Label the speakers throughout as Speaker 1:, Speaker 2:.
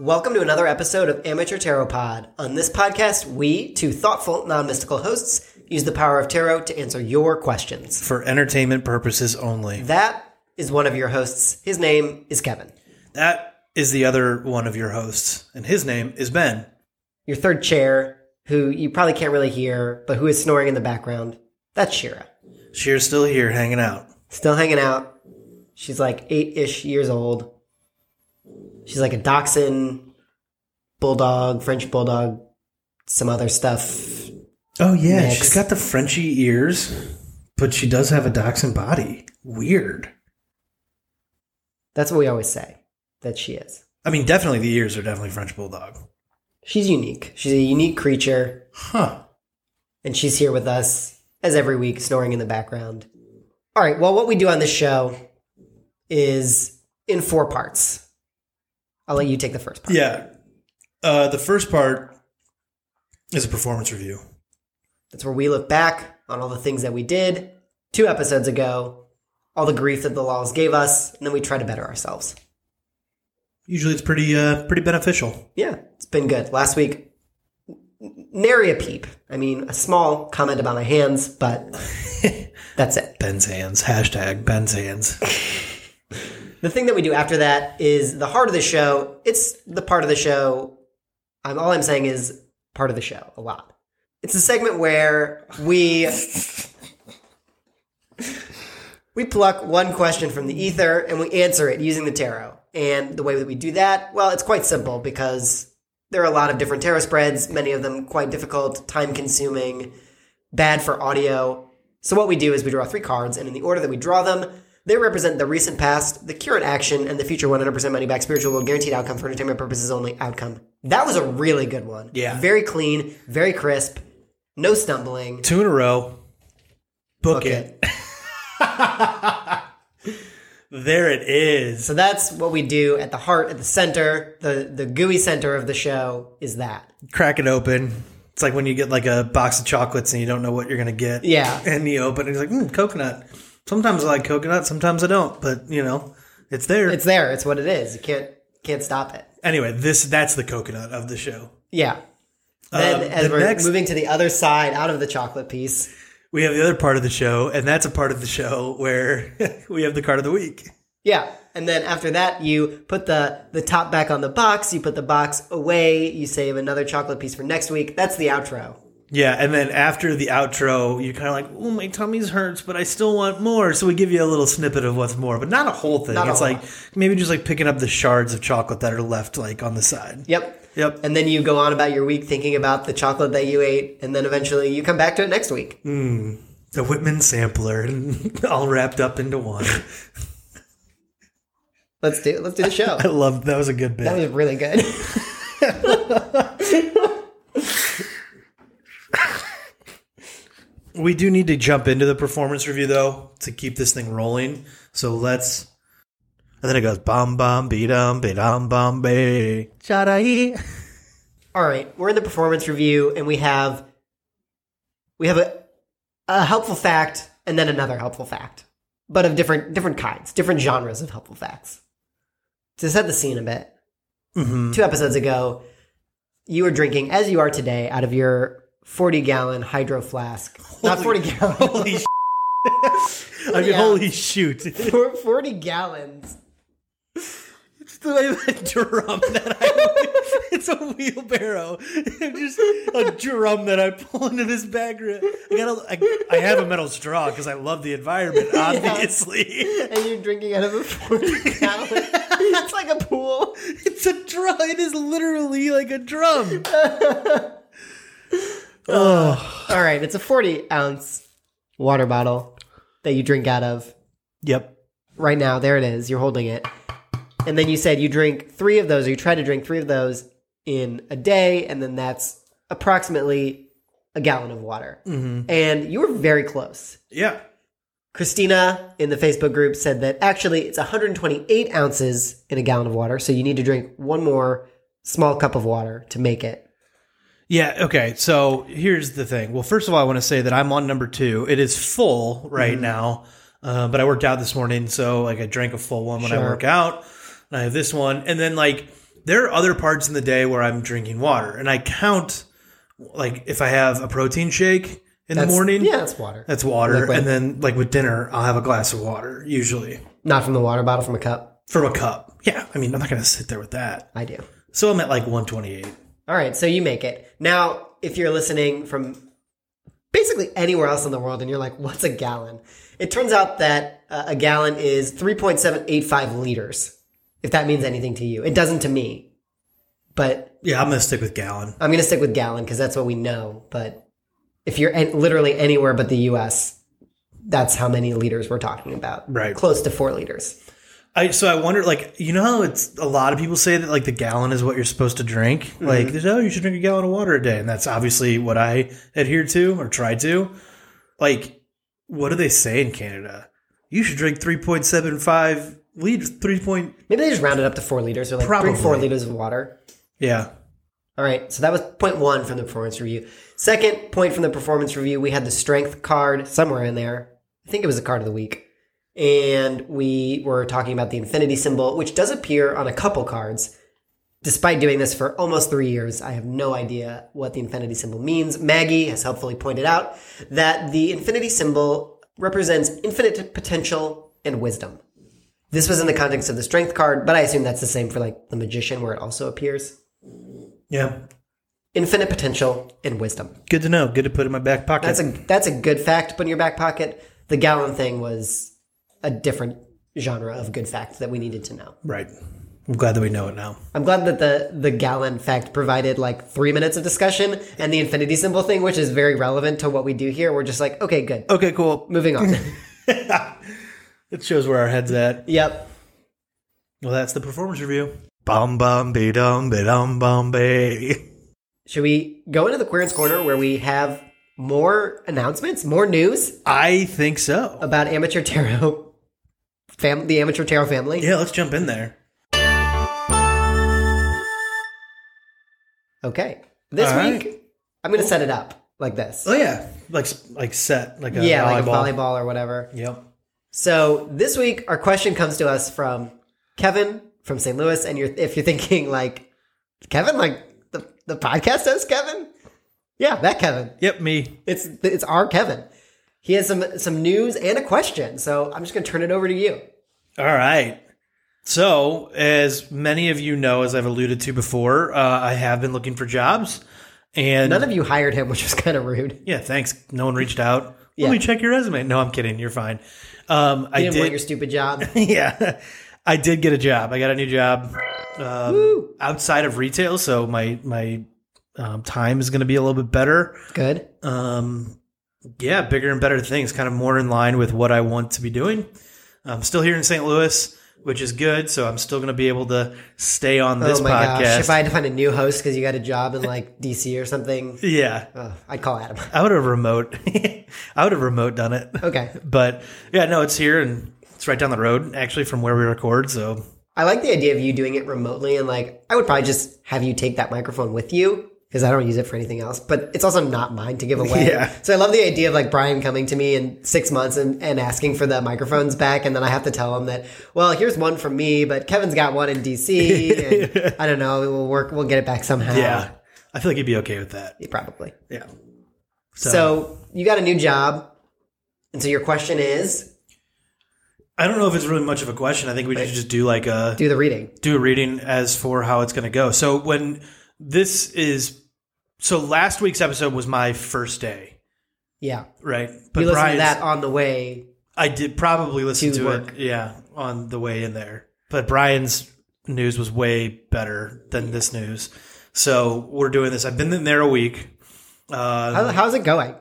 Speaker 1: Welcome to another episode of Amateur Tarot Pod. On this podcast, we, two thoughtful, non mystical hosts, use the power of tarot to answer your questions.
Speaker 2: for entertainment purposes only.
Speaker 1: That is one of your hosts. His name is Kevin.
Speaker 2: That is the other one of your hosts, and his name is Ben.
Speaker 1: Your third chair, who you probably can't really hear, but who is snoring in the background, that's Shira.
Speaker 2: Sheer's still here hanging out.
Speaker 1: Still hanging out. She's like eight ish years old. She's like a dachshund, bulldog, French bulldog, some other stuff.
Speaker 2: Oh yeah,
Speaker 1: Next.
Speaker 2: she's got the Frenchy ears, but she does have a dachshund body. Weird.
Speaker 1: That's what we always say that she is.
Speaker 2: I mean, definitely the ears are definitely French bulldog.
Speaker 1: She's unique. She's a unique creature,
Speaker 2: Huh.
Speaker 1: and she's here with us as every week, snoring in the background. All right. Well, what we do on this show is in four parts. I'll let you take the first part.
Speaker 2: Yeah. Uh, the first part is a performance review.
Speaker 1: That's where we look back on all the things that we did two episodes ago, all the grief that the laws gave us, and then we try to better ourselves.
Speaker 2: Usually, it's pretty uh, pretty beneficial.
Speaker 1: Yeah, it's been good. Last week, n- nary a peep. I mean, a small comment about my hands, but that's it.
Speaker 2: Ben's hands. Hashtag Ben's hands.
Speaker 1: The thing that we do after that is the heart of the show. It's the part of the show. I'm all I'm saying is part of the show a lot. It's a segment where we we pluck one question from the ether and we answer it using the tarot. And the way that we do that, well, it's quite simple because there are a lot of different tarot spreads, many of them quite difficult, time consuming, bad for audio. So what we do is we draw three cards, and in the order that we draw them, they represent the recent past, the current action, and the future 100% money back spiritual will guaranteed outcome for entertainment purposes only outcome. That was a really good one.
Speaker 2: Yeah.
Speaker 1: Very clean, very crisp, no stumbling.
Speaker 2: Two in a row. Book,
Speaker 1: Book
Speaker 2: it. There it is.
Speaker 1: So that's what we do at the heart, at the center, the the gooey center of the show is that.
Speaker 2: crack it open. It's like when you get like a box of chocolates and you don't know what you're gonna get.
Speaker 1: Yeah.
Speaker 2: And you open it, it's like, mm, coconut. Sometimes I like coconut, sometimes I don't, but you know, it's there.
Speaker 1: It's there. It's what it is. You can't can't stop it.
Speaker 2: anyway, this that's the coconut of the show.
Speaker 1: Yeah. Then
Speaker 2: Um,
Speaker 1: as
Speaker 2: the
Speaker 1: we're
Speaker 2: next-
Speaker 1: moving to the other side, out of the chocolate piece,
Speaker 2: We have the other part of the show, and that's a part of the show where we have the card of the week.
Speaker 1: yeah. And then after that, you put the the top back on the box. You put the box away. You save another chocolate piece for next week. That's the outro.
Speaker 2: Yeah, and then after the outro, you're kind of like, "Oh, my tummy's hurts, but I still want more." So we give you a little snippet of what's more, but not a whole thing.
Speaker 1: Not a
Speaker 2: it's
Speaker 1: whole
Speaker 2: like maybe just like picking up the shards of chocolate that are left like on the side.
Speaker 1: Yep.
Speaker 2: Yep.
Speaker 1: And then you go on about your week thinking about the chocolate that you ate, and then eventually you come back to it next week.
Speaker 2: the Whitman sampler, all wrapped up into one.
Speaker 1: Let's do let's do the show.
Speaker 2: I love that was a good
Speaker 1: That
Speaker 2: bit.
Speaker 1: was really good.
Speaker 2: We do need to jump into the performance review though to keep this thing rolling. So let's. And then it goes bum bum be dum be dum bum be. Chadai.
Speaker 1: All right, we're in the performance review, and we have we have a, a helpful fact and then another helpful fact, but of different different kinds, different genres of helpful facts. To set the scene a bit, two episodes ago, you were drinking as you are today out of your forty gallon hydro flask, not forty gallon,
Speaker 2: Holy. sh- I mean,
Speaker 1: Yeah.
Speaker 2: holy shoot!
Speaker 1: four- forty gallons.
Speaker 2: It's the way that drum that I. it's a wheelbarrow. Just a drum that I pull into this bag. I gotta. I, I have a metal straw because I love the environment. Obviously.
Speaker 1: And you're drinking out of a 40 gallon. It's like a pool.
Speaker 2: It's a drum. It is literally like a drum.
Speaker 1: All right, it's a 40 ounce water bottle that you drink out of.
Speaker 2: Yep.
Speaker 1: Right now, there it is. You're holding it. And then you said you drink three of those, or you try to drink three of those in a day, and then that's approximately a gallon of water.
Speaker 2: Mm-hmm.
Speaker 1: And you were very close.
Speaker 2: Yeah.
Speaker 1: Christina in the Facebook group said that actually it's 128 ounces in a gallon of water, so you need to drink one more small cup of water to make it.
Speaker 2: Yeah, okay. So here's the thing. Well, first of all, I want to say that I'm on number two. It is full
Speaker 1: Mm-hmm.
Speaker 2: right now, uh, but I worked out this morning, so like I drank a full one when I
Speaker 1: Sure.
Speaker 2: work out, and I have this one, and then like there are other parts in the day where I'm drinking water, and I count like if I have a protein shake in the
Speaker 1: That's-
Speaker 2: morning,
Speaker 1: Yeah, that's water.
Speaker 2: that's water,
Speaker 1: Liquid.
Speaker 2: and then like with dinner, I'll have a glass of water usually
Speaker 1: Not from the water bottle, from a cup.
Speaker 2: from a cup. Yeah, I mean I'm not gonna sit there with that.
Speaker 1: I do.
Speaker 2: So I'm at like 128.
Speaker 1: All right, so you make it. Now, if you're listening from basically anywhere else in the world and you're like, what's a gallon? It turns out that uh, a gallon is 3.785 liters, if that means anything to you. It doesn't to me, but
Speaker 2: Yeah, I'm gonna stick with gallon.
Speaker 1: I'm going to stick with gallon because that's what we know. But if you're an literally anywhere but the US, that's how many liters we're talking about.
Speaker 2: Right.
Speaker 1: Close to four liters.
Speaker 2: I so I wonder like you know how it's a lot of people say that like the gallon is what you're supposed to drink like there's oh you should drink a gallon of water a day and that's obviously what I adhere to or try to like what do they say in Canada you should drink 3.75 liters 3. Point,
Speaker 1: Maybe they just round it up to four liters or like drink four
Speaker 2: Probably.
Speaker 1: liters of water.
Speaker 2: yeah
Speaker 1: All right, so that was point one from the performance review. Second point from the performance review, we had the strength card somewhere in there. I think it was the card of the week. And we were talking about the infinity symbol, which does appear on a couple cards. Despite doing this for almost three years, I have no idea what the infinity symbol means. Maggie has helpfully pointed out that the infinity symbol represents infinite potential and wisdom. This was in the context of the strength card, but I assume that's the same for like the magician where it also appears
Speaker 2: yeah
Speaker 1: infinite potential and wisdom.
Speaker 2: good to know good to put in my back pocket
Speaker 1: That's a that's a good fact to put in your back pocket. The gallon thing was a different genre of good fact that we needed to know.
Speaker 2: right I'm glad that we know it now
Speaker 1: I'm glad that the the gallon fact provided like three minutes of discussion and the infinity symbol thing, which is very relevant to what we do here. We're just like, okay, good.
Speaker 2: okay cool
Speaker 1: Moving on.
Speaker 2: it shows where our heads at
Speaker 1: yep.
Speaker 2: well that's the performance review bum bum be dum be dum bum be
Speaker 1: Should we go into the queerance corner where we have more announcements, more news
Speaker 2: I think so
Speaker 1: about amateur tarot fam the amateur tarot family?
Speaker 2: Yeah, let's jump in there.
Speaker 1: Okay. This
Speaker 2: All
Speaker 1: week, I'm going to set it up like this.
Speaker 2: Oh yeah, like like set like a
Speaker 1: yeah,
Speaker 2: volleyball.
Speaker 1: like a volleyball or whatever.
Speaker 2: Yep.
Speaker 1: So this week, our question comes to us from Kevin from St. Louis, and you're if you're thinking like Kevin, like the the podcast does Kevin, yeah, that Kevin.
Speaker 2: Yep. Me.
Speaker 1: It's it's our Kevin. He has some some news and a question, so I'm just going to turn it over to you.
Speaker 2: All right. So, as many of you know, as I've alluded to before, uh, I have been looking for jobs, and
Speaker 1: None of you hired him, which was kind of rude.
Speaker 2: yeah, thanks. No one reached out.
Speaker 1: Yeah.
Speaker 2: Let me check your resume. No, I'm kidding. You're fine. Um, I
Speaker 1: You didn't want your
Speaker 2: did.
Speaker 1: stupid job.
Speaker 2: yeah, I did get a job. I got a new job um, outside of retail, so my my um, time is going to be a little bit better.
Speaker 1: Good.
Speaker 2: um, yeah, bigger and better things, kind of more in line with what I want to be doing. I'm still here in St. Louis, which is good, so I'm still going to be able to stay on this
Speaker 1: oh my
Speaker 2: podcast.
Speaker 1: gosh! If I had to find a new host because you got a job in like DC or something,
Speaker 2: yeah,
Speaker 1: oh, I'd call Adam.
Speaker 2: I would have remote. I would have remote done it.
Speaker 1: Okay.
Speaker 2: But yeah, no, it's here and it's right down the road actually from where we record. So
Speaker 1: I like the idea of you doing it remotely and like I would probably just have you take that microphone with you because I don't use it for anything else. But it's also not mine to give away.
Speaker 2: Yeah.
Speaker 1: So I love the idea of like Brian coming to me in six months and, and asking for the microphones back and then I have to tell him that, well, here's one from me, but Kevin's got one in DC and I don't know, we'll work we'll get it back somehow.
Speaker 2: yeah, I feel like you'd be okay with that.
Speaker 1: Probably.
Speaker 2: Yeah.
Speaker 1: So, you got a new job. And so your question is
Speaker 2: I don't know if it's really much of a question. I think we should just do like a
Speaker 1: do the reading.
Speaker 2: do a reading as for how it's going to go. So when this is, so last week's episode was my first day,
Speaker 1: Yeah.
Speaker 2: right? But
Speaker 1: You listen to
Speaker 2: Brian's-
Speaker 1: that on the way.
Speaker 2: I did probably listen
Speaker 1: to
Speaker 2: to,
Speaker 1: work.
Speaker 2: it, yeah, on the way in there. But Brian's news was way better than this news. So we're doing this. I've been in there a week. Uh,
Speaker 1: How, how's it going?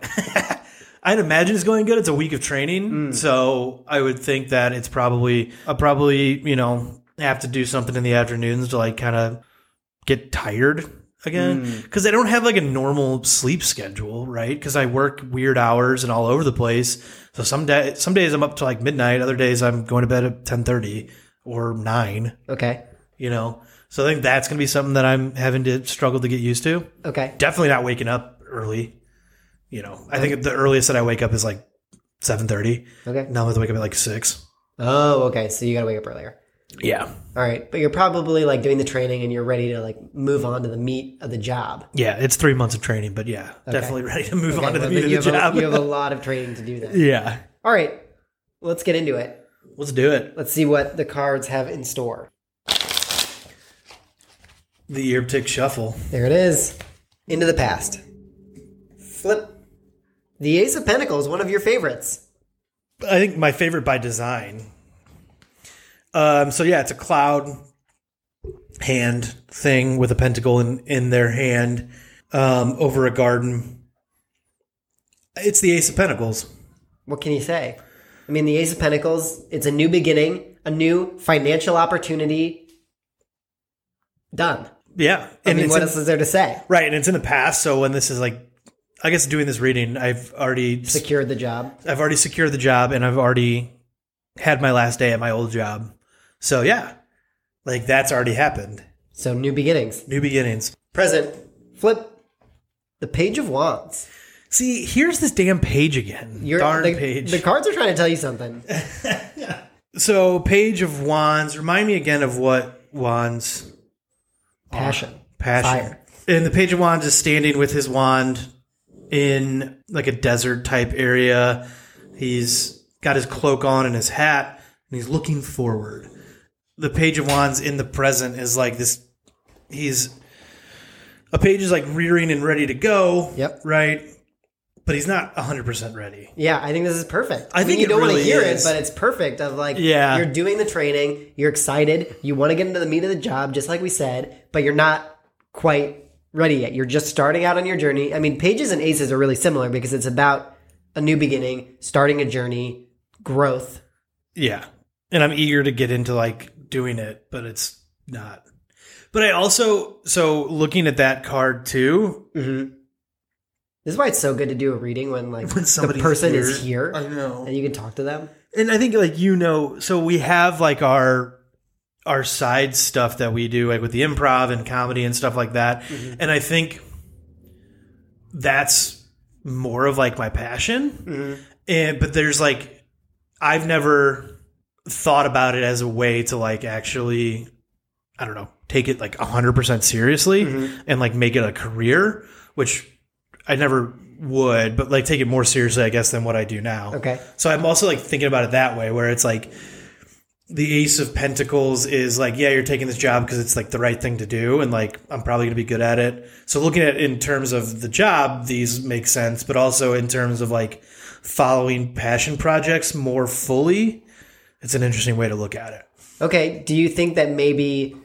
Speaker 2: I'd imagine it's going good. It's a week of training, so I would think that it's probably I probably you know have to do something in the afternoons to like kind of get tired again because I don't have like a normal sleep schedule, right? Because I work weird hours and all over the place. So some day, some days I'm up to like midnight. Other days I'm going to bed at ten thirty or nine.
Speaker 1: Okay.
Speaker 2: You know, so I think that's going to be something that I'm having to struggle to get used to
Speaker 1: Okay.
Speaker 2: definitely not waking up early. You know, I think the earliest that I wake up is like seven thirty.
Speaker 1: Okay.
Speaker 2: Now I have to wake up at like six.
Speaker 1: Oh, okay. So you got to wake up earlier.
Speaker 2: Yeah,
Speaker 1: All right. But you're probably like doing the training and you're ready to like move on to the meat of the job.
Speaker 2: yeah. It's three months of training, but yeah, definitely ready to move on to the
Speaker 1: Well,
Speaker 2: meat
Speaker 1: then
Speaker 2: of
Speaker 1: you,
Speaker 2: the
Speaker 1: have
Speaker 2: job.
Speaker 1: A, you have a lot of training to do then.
Speaker 2: yeah,
Speaker 1: All right. Let's get into it.
Speaker 2: let's do it.
Speaker 1: Let's see what the cards have in store.
Speaker 2: The ear tick shuffle.
Speaker 1: There it is. Into the past. Flip. The Ace of Pentacles, one of your favorites.
Speaker 2: I think my favorite by design. Um, so yeah, it's a cloud hand thing with a pentacle in, in their hand um, over a garden. It's the Ace of Pentacles.
Speaker 1: What can you say? I mean, the Ace of Pentacles, it's a new beginning, a new financial opportunity. Done.
Speaker 2: Yeah,
Speaker 1: I mean,
Speaker 2: it's
Speaker 1: what
Speaker 2: in-
Speaker 1: else is there to say?
Speaker 2: Right, and it's in the past, so when this is like I guess doing this reading, I've already
Speaker 1: Secured the job.
Speaker 2: I've already secured the job and I've already had my last day at my old job. So yeah. Like that's already happened.
Speaker 1: So, new beginnings.
Speaker 2: New beginnings.
Speaker 1: Present. Flip. The Page of Wands.
Speaker 2: See, here's this damn page again.
Speaker 1: You're-
Speaker 2: Darn
Speaker 1: the,
Speaker 2: page.
Speaker 1: The cards are trying to tell you something.
Speaker 2: so page of wands. Remind me again of what wands
Speaker 1: Passion.
Speaker 2: passion.
Speaker 1: Fire.
Speaker 2: And the Page of Wands is standing with his wand in like a desert type area. He's got his cloak on and his hat, and he's looking forward. The Page of Wands in the present is like this. He's a page is like rearing and ready to go.
Speaker 1: Yep.
Speaker 2: Right. But he's not 100% ready.
Speaker 1: Yeah, I think this is perfect.
Speaker 2: I
Speaker 1: I,
Speaker 2: think
Speaker 1: think you
Speaker 2: it
Speaker 1: don't want
Speaker 2: really
Speaker 1: to hear
Speaker 2: is.
Speaker 1: it, but it's perfect. Of like,
Speaker 2: Yeah.
Speaker 1: you're doing the training, you're excited, you want to get into the meat of the job, just like we said, but you're not quite ready yet. You're just starting out on your journey. I mean, pages and aces are really similar because it's about a new beginning, starting a journey, growth.
Speaker 2: Yeah. And I'm eager to get into like doing it, but it's not. But I also, so looking at that card too,
Speaker 1: This is why it's so good to do a reading when like
Speaker 2: When
Speaker 1: the
Speaker 2: somebody's
Speaker 1: person
Speaker 2: here.
Speaker 1: is here
Speaker 2: I know.
Speaker 1: and you can talk to them.
Speaker 2: and I think like you know, so we have like our our side stuff that we do, like with the improv and comedy and stuff like that. And I think that's more of like my passion. And but there's like I've never thought about it as a way to like actually I don't know, take it like 100% seriously and like make it a career, which I never would, but like take it more seriously, I guess, than what I do now.
Speaker 1: Okay.
Speaker 2: So I'm also like thinking about it that way, where it's like the Ace of Pentacles is like, yeah, you're taking this job because it's like the right thing to do, and like I'm probably gonna be good at it. So looking at it in terms of the job, these make sense, but also in terms of like following passion projects more fully, it's an interesting way to look at it.
Speaker 1: Okay, do you think that maybe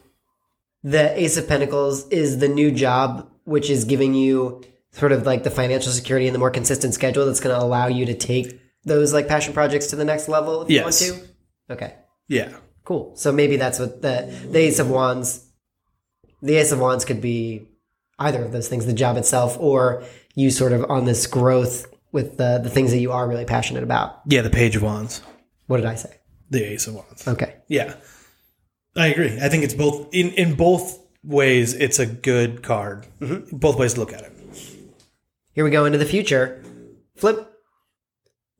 Speaker 1: the Ace of Pentacles is the new job, which is giving you sort of like the financial security and the more consistent schedule that's going to allow you to take those like passion projects to the next level if
Speaker 2: Yes.
Speaker 1: you want to? Okay,
Speaker 2: Yeah.
Speaker 1: cool. So maybe that's what the, the Ace of Wands, the Ace of Wands could be either of those things, the job itself, or you sort of on this growth with the, the things that you are really passionate about.
Speaker 2: Yeah, the Page of Wands.
Speaker 1: What did I say?
Speaker 2: The Ace of Wands.
Speaker 1: Okay.
Speaker 2: Yeah. I agree. I think it's both in, in both ways it's a good card. Both ways to look at it.
Speaker 1: Here we go into the future. Flip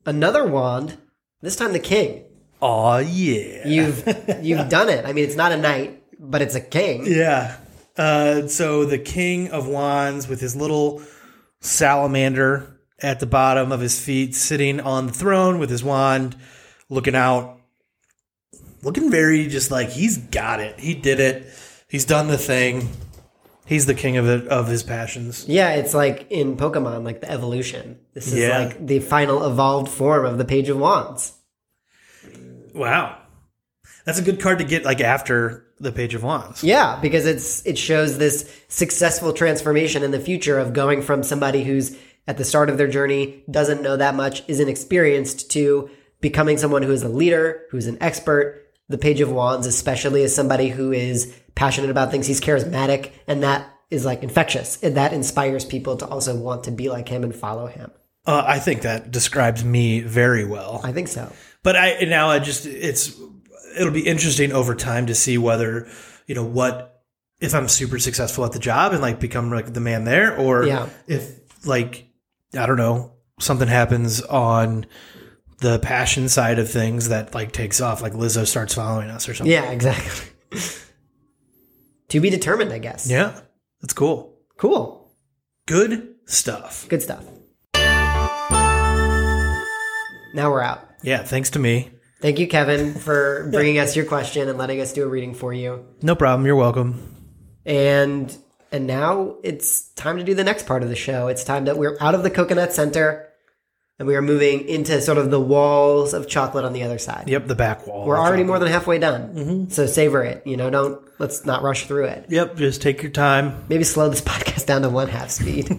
Speaker 1: another wand. This time the king.
Speaker 2: Oh yeah.
Speaker 1: You've you've done it. I mean, it's not a knight, but it's a king.
Speaker 2: Yeah. Uh, so the King of Wands with his little salamander at the bottom of his feet, sitting on the throne with his wand, looking out, looking very just like he's got it. He did it. He's done the thing. He's the king of it, of his passions.
Speaker 1: Yeah, it's like in Pokemon, like the evolution. This is
Speaker 2: Yeah.
Speaker 1: like the final evolved form of the Page of Wands.
Speaker 2: Wow. That's a good card to get like after the Page of Wands.
Speaker 1: Yeah, because it's it shows this successful transformation in the future of going from somebody who's at the start of their journey, doesn't know that much, is inexperienced to becoming someone who is a leader, who's an expert. The Page of Wands, especially, is somebody who is passionate about things. He's charismatic, and that is like infectious. And that inspires people to also want to be like him and follow him.
Speaker 2: Uh, I think that describes me very well.
Speaker 1: I think so.
Speaker 2: But I now I just it's it'll be interesting over time to see whether you know what if I'm super successful at the job and like become like the man there, or
Speaker 1: Yeah.
Speaker 2: if like I don't know something happens on the passion side of things that like takes off, like Lizzo starts following us or something.
Speaker 1: Yeah, exactly. to be determined, I guess.
Speaker 2: yeah, that's cool.
Speaker 1: Cool.
Speaker 2: Good stuff.
Speaker 1: Good stuff. Now we're out.
Speaker 2: Yeah, thanks to me.
Speaker 1: Thank you, Kevin, for bringing us your question and letting us do a reading for you.
Speaker 2: No problem. You're welcome.
Speaker 1: And and now it's time to do the next part of the show. It's time that we're out of the Coconut Center and we are moving into sort of the walls of chocolate on the other side.
Speaker 2: Yep, the back wall.
Speaker 1: We're already more than halfway done. So savor it. You know, don't let's not rush through it.
Speaker 2: Yep, just take your time.
Speaker 1: Maybe slow this podcast down to one half speed.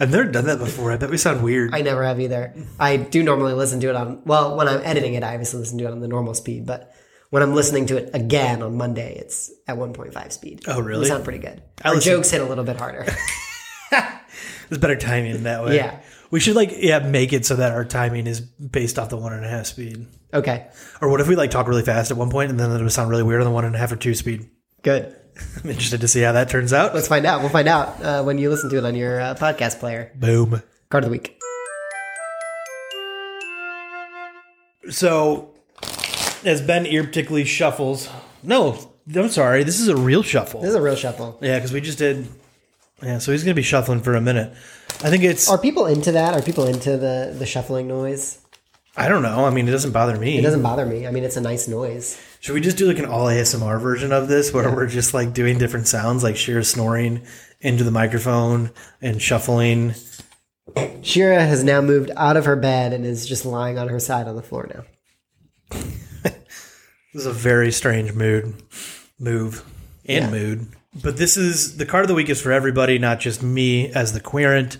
Speaker 2: I've never done that before. I bet we sound weird.
Speaker 1: I never have either. I do normally listen to it on, well, when I'm editing it, I obviously listen to it on the normal speed, but when I'm listening to it again on Monday, it's at 1.5 speed.
Speaker 2: Oh, really?
Speaker 1: They sound pretty good.
Speaker 2: I
Speaker 1: Our
Speaker 2: listen-
Speaker 1: jokes hit a little bit harder.
Speaker 2: It's better timing that way.
Speaker 1: Yeah.
Speaker 2: We should like yeah make it so that our timing is based off the one and a half speed.
Speaker 1: okay,
Speaker 2: Or what if we like talk really fast at one point and then it would sound really weird on the one and a half or two speed?
Speaker 1: good.
Speaker 2: I'm interested to see how that turns out.
Speaker 1: Let's find out. We'll find out uh, when you listen to it on your uh, podcast player.
Speaker 2: Boom.
Speaker 1: Card of the week.
Speaker 2: So as Ben ear shuffles, no, I'm sorry, this is a real shuffle.
Speaker 1: This is a real shuffle.
Speaker 2: yeah, because we just did. Yeah, so he's gonna be shuffling for a minute. I think it's.
Speaker 1: Are people into that? Are people into the, the shuffling noise?
Speaker 2: I don't know. I mean, it doesn't bother me.
Speaker 1: It doesn't bother me. I mean, it's a nice noise.
Speaker 2: Should we just do like an all ASMR version of this where we're just like doing different sounds, like Shira snoring into the microphone and shuffling?
Speaker 1: Shira has now moved out of her bed and is just lying on her side on the floor now.
Speaker 2: This is a very strange mood, move, and mood. But this is the card of the week is for everybody, not just me as the querent.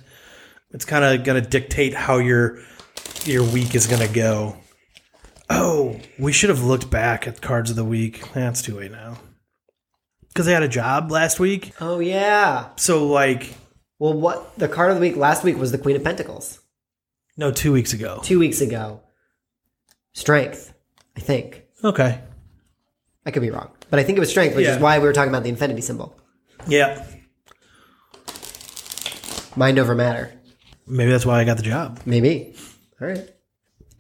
Speaker 2: It's kind of going to dictate how your your week is going to go. Oh, we should have looked back at cards of the week. That's too late now. Because I had a job last week,
Speaker 1: Oh, yeah.
Speaker 2: so like
Speaker 1: Well, what the card of the week last week was the Queen of Pentacles.
Speaker 2: no, two weeks ago.
Speaker 1: Two weeks ago, strength. I think
Speaker 2: Okay.
Speaker 1: I could be wrong, but I think it was strength, which
Speaker 2: Yeah.
Speaker 1: is why we were talking about the infinity symbol.
Speaker 2: Yeah.
Speaker 1: Mind over matter,
Speaker 2: Maybe that's why I got the job.
Speaker 1: maybe. All right.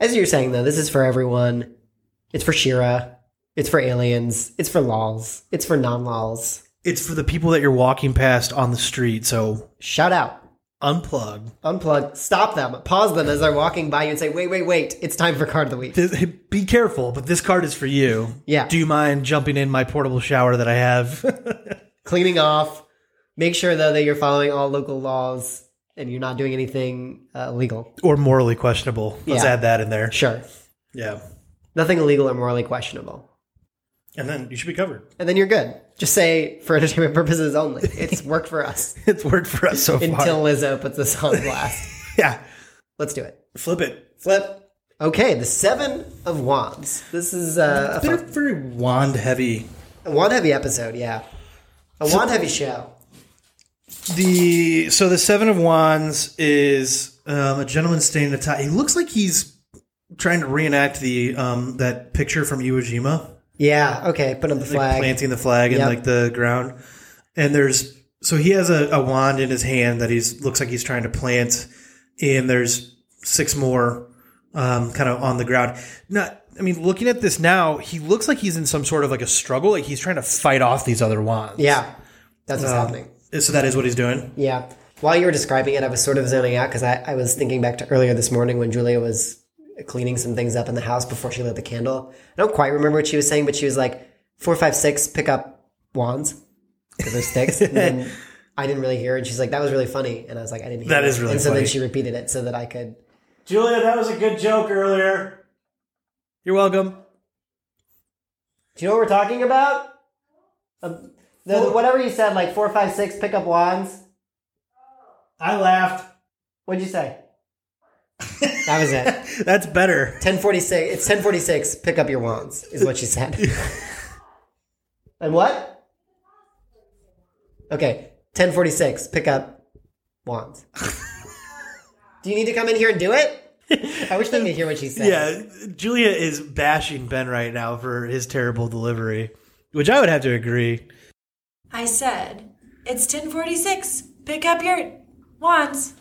Speaker 1: As you're saying though, this is for everyone. It's for Shira. It's for aliens. It's for lols. It's for non-lols.
Speaker 2: It's for the people that you're walking past on the street, so
Speaker 1: Shout out.
Speaker 2: unplug.
Speaker 1: Unplug. Stop them. Pause them as they're walking by you and say, "Wait, wait, wait! It's time for card of the week."
Speaker 2: This- Be careful, but this card is for you.
Speaker 1: Yeah.
Speaker 2: Do you mind jumping in my portable shower that I have?
Speaker 1: cleaning off. Make sure though that you're following all local laws and you're not doing anything uh, illegal.
Speaker 2: or morally questionable. Let's
Speaker 1: Yeah.
Speaker 2: add that in there.
Speaker 1: Sure,
Speaker 2: Yeah.
Speaker 1: nothing illegal or morally questionable,
Speaker 2: And then you should be covered.
Speaker 1: and then you're good. Just say for entertainment purposes only. It's worked for us
Speaker 2: It's worked for us so far.
Speaker 1: until Lizzo puts this on blast.
Speaker 2: yeah.
Speaker 1: Let's do it.
Speaker 2: Flip it.
Speaker 1: Flip. Okay, the seven of wands. This is uh, a,
Speaker 2: They're
Speaker 1: fun,
Speaker 2: very wand heavy.
Speaker 1: a wand heavy episode. Yeah, a wand heavy show.
Speaker 2: The so the seven of wands is um, a gentleman standing atop. He looks like he's trying to reenact the um, that picture from Iwo Jima.
Speaker 1: Yeah. Okay. Put up the
Speaker 2: like,
Speaker 1: flag.
Speaker 2: planting the flag in
Speaker 1: Yep.
Speaker 2: like the ground. And there's so he has a, a wand in his hand that he's looks like he's trying to plant, and there's six more um, kind of on the ground. Not, I mean, looking at this now, he looks like he's in some sort of like a struggle, like he's trying to fight off these other wands.
Speaker 1: Yeah, that's what's happening.
Speaker 2: So that is what he's doing.
Speaker 1: Yeah. While you were describing it, I was sort of zoning out because I, I was thinking back to earlier this morning when Julia was cleaning some things up in the house before she lit the candle. I don't quite remember what she was saying, but she was like, four, five, six, pick up wands because they're sticks. and then I didn't really hear. her, And she's like, that was really funny. And I was like, I didn't hear.
Speaker 2: That
Speaker 1: it."
Speaker 2: is really
Speaker 1: And so
Speaker 2: funny.
Speaker 1: then she repeated it so that I could.
Speaker 2: Julia, that was a good joke earlier. You're welcome.
Speaker 1: Do you know what we're talking about? Um, the, the- whatever you said, like four, five, six, pick up wands.
Speaker 2: I laughed.
Speaker 1: What'd you say? that was it.
Speaker 2: That's better.
Speaker 1: 1046. It's 1046. Pick up your wands, is what she said. and what? Okay. 1046. Pick up wands. do you need to come in here and do it? I wish they could hear what she said.
Speaker 2: Yeah, Julia is bashing Ben right now for his terrible delivery, which I would have to agree.
Speaker 3: I said, it's 1046. Pick up your wands.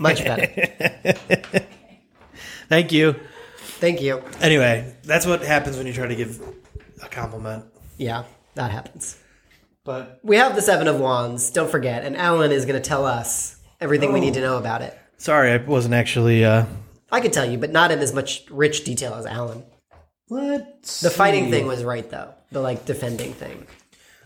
Speaker 1: Much better.
Speaker 2: Thank you.
Speaker 1: Thank you.
Speaker 2: Anyway, that's what happens when you try to give a compliment.
Speaker 1: Yeah, that happens.
Speaker 2: But
Speaker 1: We have the Seven of Wands, don't forget, and Alan is going to tell us everything we need
Speaker 2: Oh.
Speaker 1: to know about it.
Speaker 2: sorry, I wasn't actually. Uh,
Speaker 1: I could tell you, but not in as much rich detail as Alan.
Speaker 2: what
Speaker 1: The fighting thing was right, though. The like defending thing.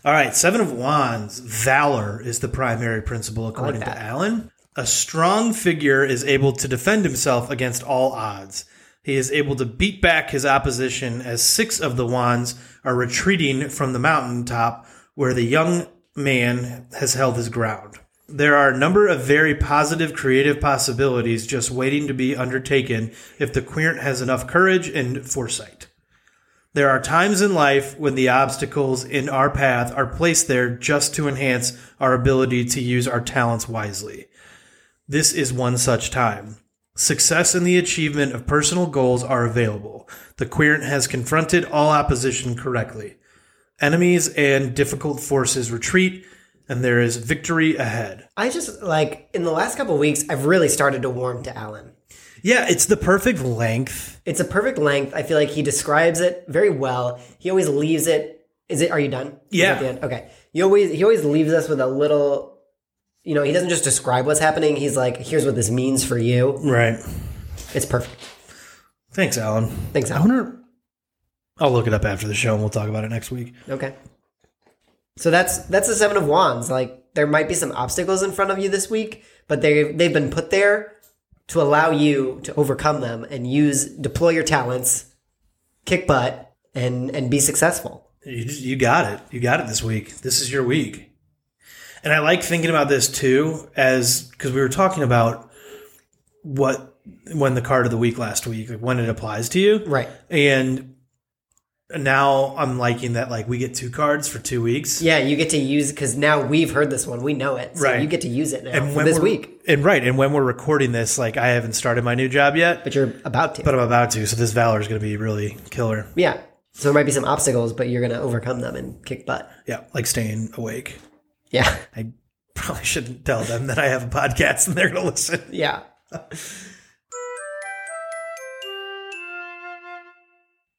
Speaker 2: All right, Seven of Wands. Valor is the primary principle, according
Speaker 1: that.
Speaker 2: to Allen. A strong figure is able to defend himself against all odds. He is able to beat back his opposition as six of the wands are retreating from the mountaintop where the young man has held his ground. There are a number of very positive creative possibilities just waiting to be undertaken if the querent has enough courage and foresight. There are times in life when the obstacles in our path are placed there just to enhance our ability to use our talents wisely. This is one such time. Success and the achievement of personal goals are available. The querent has confronted all opposition correctly. Enemies and difficult forces retreat, and there is victory ahead.
Speaker 1: I just like in the last couple weeks, I've really started to warm to Alan.
Speaker 2: Yeah, it's the perfect length.
Speaker 1: It's a perfect length. I feel like he describes it very well. He always leaves it. Is it? Are you done? Is
Speaker 2: Yeah.
Speaker 1: it the end? Okay. You always he always leaves us with a little. You know, he doesn't just describe what's happening. He's like, "Here's what this means for you."
Speaker 2: Right.
Speaker 1: It's perfect.
Speaker 2: Thanks, Alan.
Speaker 1: Thanks,
Speaker 2: I
Speaker 1: Alan.
Speaker 2: wonder. I'll look it up after the show and we'll talk about it next week.
Speaker 1: Okay. So that's that's the seven of wands. Like there might be some obstacles in front of you this week, but they they've been put there to allow you to overcome them and use deploy your talents, kick butt, and and be successful.
Speaker 2: You, just- you got it. You got it this week. This is your week. And I like thinking about this too, as because we were talking about what when the card of the week last week, like when it applies to you,
Speaker 1: Right.
Speaker 2: and now I'm liking that like we get two cards for two weeks.
Speaker 1: Yeah, you get to use because now we've heard this one, we know it, so
Speaker 2: Right.
Speaker 1: you get to use it now
Speaker 2: And
Speaker 1: for this
Speaker 2: we're-
Speaker 1: week.
Speaker 2: and right, and when we're recording this, like I haven't started my new job yet,
Speaker 1: But you're about to.
Speaker 2: but I'm about to. So this valor is going to be really killer.
Speaker 1: yeah. So there might be some obstacles, but you're gonna overcome them and kick butt.
Speaker 2: Yeah, like staying awake.
Speaker 1: Yeah.
Speaker 2: I probably shouldn't tell them that I have a podcast and they're going to listen.
Speaker 1: Yeah.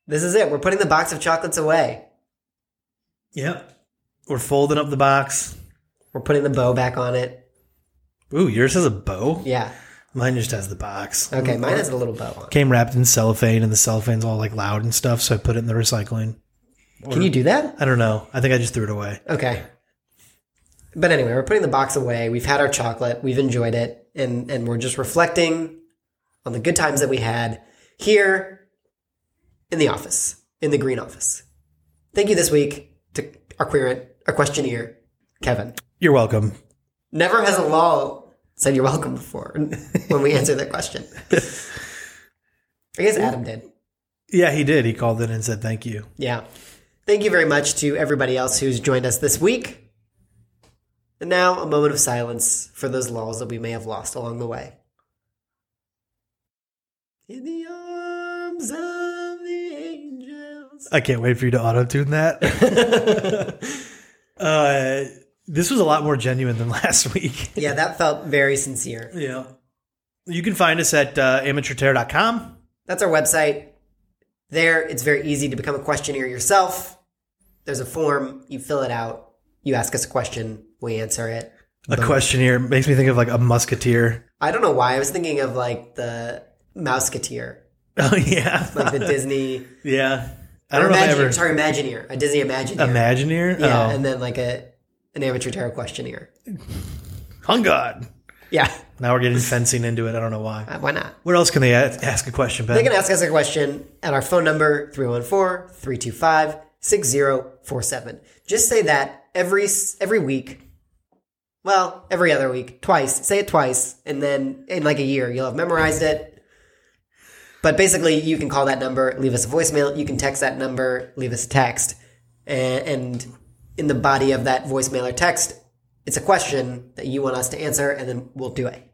Speaker 1: this is it. We're putting the box of chocolates away.
Speaker 2: Yep. We're folding up the box.
Speaker 1: We're putting the bow back on it.
Speaker 2: Ooh, yours has a bow.
Speaker 1: Yeah.
Speaker 2: Mine just has the box.
Speaker 1: Okay, mine has a little bow on. it.
Speaker 2: Came wrapped in cellophane, and the cellophane's all like loud and stuff. So I put it in the recycling.
Speaker 1: Can you do that?
Speaker 2: I don't know. I think I just threw it away.
Speaker 1: Okay. But anyway, we're putting the box away. We've had our chocolate. We've enjoyed it. And and we're just reflecting on the good times that we had here in the office, in the green office. Thank you this week to our querent, our questionnaire, Kevin.
Speaker 2: You're welcome.
Speaker 1: Never has a law said you're welcome before when we answer that question. I guess Adam did.
Speaker 2: Yeah, he did. He called in and said thank you.
Speaker 1: Yeah. Thank you very much to everybody else who's joined us this week. And now a moment of silence for those laws that we may have lost along the way. In the arms of the angels.
Speaker 2: I can't wait for you to auto tune that. uh, this was a lot more genuine than last week.
Speaker 1: Yeah, that felt very sincere.
Speaker 2: Yeah. You can find us at uh, amateurterror.com.
Speaker 1: That's our website. There, it's very easy to become a questionnaire yourself. There's a form, you fill it out, you ask us a question, we answer it.
Speaker 2: A questionnaire makes me think of like a musketeer.
Speaker 1: I don't know why. I was thinking of like the Mouseketeer,
Speaker 2: Oh yeah,
Speaker 1: like the Disney.
Speaker 2: yeah. I
Speaker 1: or
Speaker 2: don't know if I
Speaker 1: Imagineer,
Speaker 2: ever
Speaker 1: Sorry, Imagineer. A Disney Imagineer.
Speaker 2: Imagineer.
Speaker 1: yeah,
Speaker 2: oh.
Speaker 1: and then like a an amateur tarot questionnaire.
Speaker 2: Hung God.
Speaker 1: Yeah,
Speaker 2: Now we're getting fencing into it. I don't know why.
Speaker 1: uh, why not?
Speaker 2: Where else can they a- ask a question, Ben?
Speaker 1: They can ask us a question at our phone number 314 325 6047. Just say that every s- every week. Well, every other week, twice. Say it twice and then in like a year you'll have memorized it. But basically, you can call that number, leave us a voicemail, you can text that number, leave us a text. And, and in the body of that voicemail or text, it's a question that you want us to answer and then we'll do it.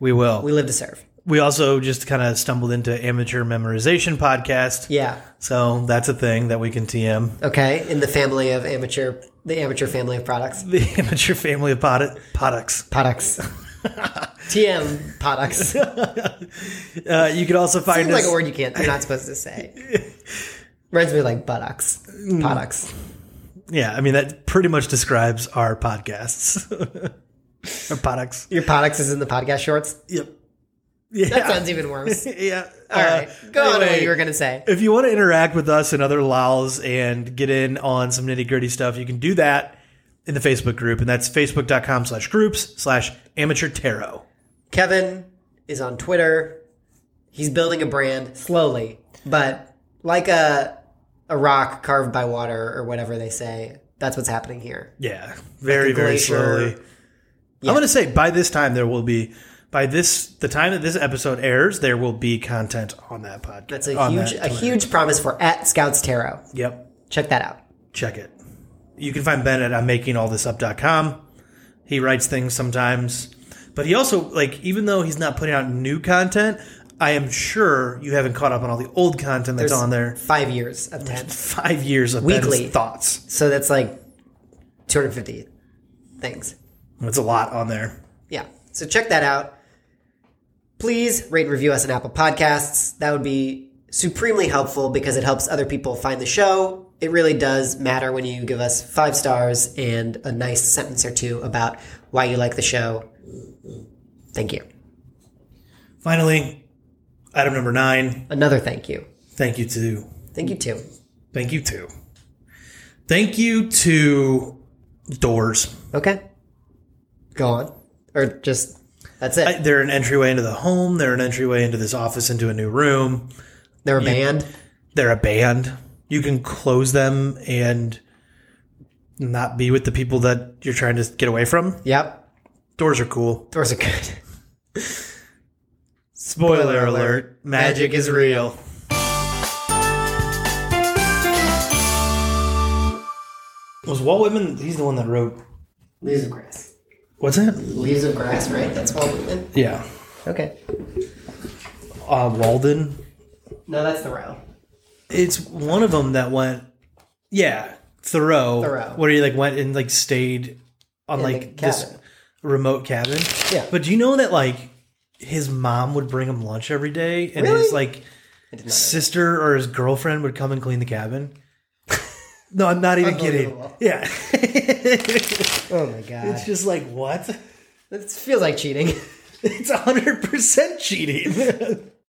Speaker 2: We will.
Speaker 1: We
Speaker 2: We,
Speaker 1: live to serve.
Speaker 2: also just kind of stumbled into amateur memorization podcast.
Speaker 1: Yeah.
Speaker 2: So that's a thing that we can TM.
Speaker 1: Okay. In the family of amateur, the amateur family of products.
Speaker 2: The amateur family of pod- products.
Speaker 1: Products. TM products.
Speaker 2: Uh, you could also find
Speaker 1: Seems
Speaker 2: us.
Speaker 1: like a word you can't, you're not supposed to say. Reminds me of, like buttocks.
Speaker 2: Mm.
Speaker 1: Products.
Speaker 2: Yeah, I mean that pretty much describes our podcasts. our products.
Speaker 1: Your products is in the podcast shorts.
Speaker 2: Yep. Yeah.
Speaker 1: That sounds even worse.
Speaker 2: yeah. Uh,
Speaker 1: All right. Go on with what
Speaker 2: anyway,
Speaker 1: you were going to say.
Speaker 2: If you want to interact with us and other lols and get in on some nitty gritty stuff, you can do that in the Facebook group, and that's facebook.com slash groups slash amateur tarot.
Speaker 1: Kevin is on Twitter. He's building a brand slowly, but like a a rock carved by water or whatever they say. That's what's happening here.
Speaker 2: Yeah. Very, very
Speaker 1: glacier.
Speaker 2: slowly. I'm gonna say by this time there will be by this the time that this episode airs, there will be content on that podcast.
Speaker 1: That's a
Speaker 2: on
Speaker 1: huge e-
Speaker 2: that
Speaker 1: a
Speaker 2: Twitter.
Speaker 1: huge promise for at Scouts Tarot.
Speaker 2: Yep.
Speaker 1: Check that out.
Speaker 2: check it. You can find Ben at I'm making all this up.com. He writes things sometimes, but he also like even though he's not putting out new content, I am sure you haven't caught up on all the old content that's on there.
Speaker 1: Five years of ten,
Speaker 2: Five years of
Speaker 1: Weekly.
Speaker 2: Ben's thoughts.
Speaker 1: so that's like two hundred fifty things.
Speaker 2: That's a lot on there.
Speaker 1: Yeah. So check that out. Please rate and review us on Apple Podcasts. That would be supremely helpful because it helps other people find the show. It really does matter when you give us five stars and a nice sentence or two about why you like the show. Thank you.
Speaker 2: Finally, item number nine.
Speaker 1: Another thank you.
Speaker 2: Thank you to
Speaker 1: Thank you too.
Speaker 2: thank you to thank you to doors.
Speaker 1: Okay. Go on. Or just that's it.
Speaker 2: I- They're an entryway into the home. They're an entryway into this office, into a new room.
Speaker 1: They're a band.
Speaker 2: they're a band. You can close them and not be with the people that you're trying to get away from.
Speaker 1: Yep.
Speaker 2: Doors are cool.
Speaker 1: Doors are good.
Speaker 2: Spoiler,
Speaker 1: Spoiler
Speaker 2: alert,
Speaker 1: alert.
Speaker 2: magic,
Speaker 1: Magic
Speaker 2: is
Speaker 1: is
Speaker 2: real. Was Walt Whitman, he's the one that wrote,
Speaker 1: Leaves of grass.
Speaker 2: what's that?
Speaker 1: Leaves of grass, right? That's all.
Speaker 2: Yeah.
Speaker 1: Okay.
Speaker 2: Uh, Walden.
Speaker 1: No, that's the row.
Speaker 2: It's one of them that went, yeah, Thoreau.
Speaker 1: Thoreau.
Speaker 2: Where he like went and like stayed on
Speaker 1: In
Speaker 2: like
Speaker 1: the
Speaker 2: this
Speaker 1: cabin.
Speaker 2: remote cabin.
Speaker 1: Yeah.
Speaker 2: But do you know that like his mom would bring him lunch every day, and
Speaker 1: Really?
Speaker 2: his like
Speaker 1: did not
Speaker 2: sister or his girlfriend would come and clean the cabin. no, I'm not even kidding.
Speaker 1: Unbelievable.
Speaker 2: Yeah,
Speaker 1: Oh my god.
Speaker 2: it's just like what?
Speaker 1: It feels like cheating.
Speaker 2: It's 100 percent cheating.